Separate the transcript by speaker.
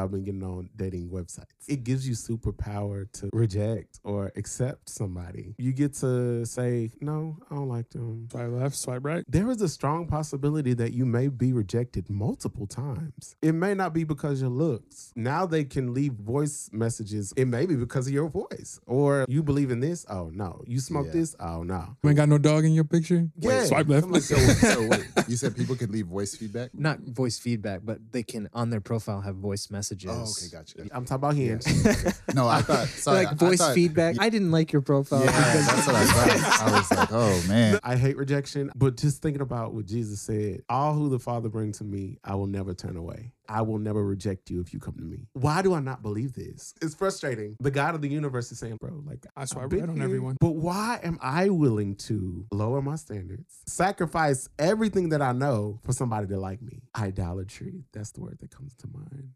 Speaker 1: I've been getting on dating websites. It gives you superpower to reject or accept somebody. You get to say, no, I don't like them.
Speaker 2: Swipe left, swipe right.
Speaker 1: There is a strong possibility that you may be rejected multiple times. It may not be because your looks. Now they can leave voice messages. It may be because of your voice. Or you believe in this? Oh, no. You smoke
Speaker 3: Yeah.
Speaker 1: this? Oh, no.
Speaker 2: You ain't got no dog in your picture?
Speaker 1: Yeah.
Speaker 2: Wait, swipe
Speaker 3: I'm like,
Speaker 2: left.
Speaker 3: so, so wait, you said people could leave voice feedback?
Speaker 4: Not voice feedback, but they can on their profile have voice messages.
Speaker 3: Oh, okay, gotcha. gotcha.
Speaker 1: I'm talking about hinge.
Speaker 3: No, I thought sorry, I-
Speaker 4: like voice
Speaker 3: I thought,
Speaker 4: feedback.
Speaker 3: Yeah,
Speaker 4: I didn't like your profile. because
Speaker 3: that's what I thought. I was like, oh man,
Speaker 1: I hate rejection, but just thinking about what Jesus said, all who the Father brings to me, I will never turn away. I will never reject you if you come to me. Why do I not believe this? It's frustrating. The God of the universe is saying, bro, like
Speaker 2: I swipe
Speaker 1: I've
Speaker 2: right
Speaker 1: been
Speaker 2: on
Speaker 1: here,
Speaker 2: everyone.
Speaker 1: But why am I willing to lower my standards, sacrifice everything that I know for somebody to like me? Idolatry. That's the word that comes to mind.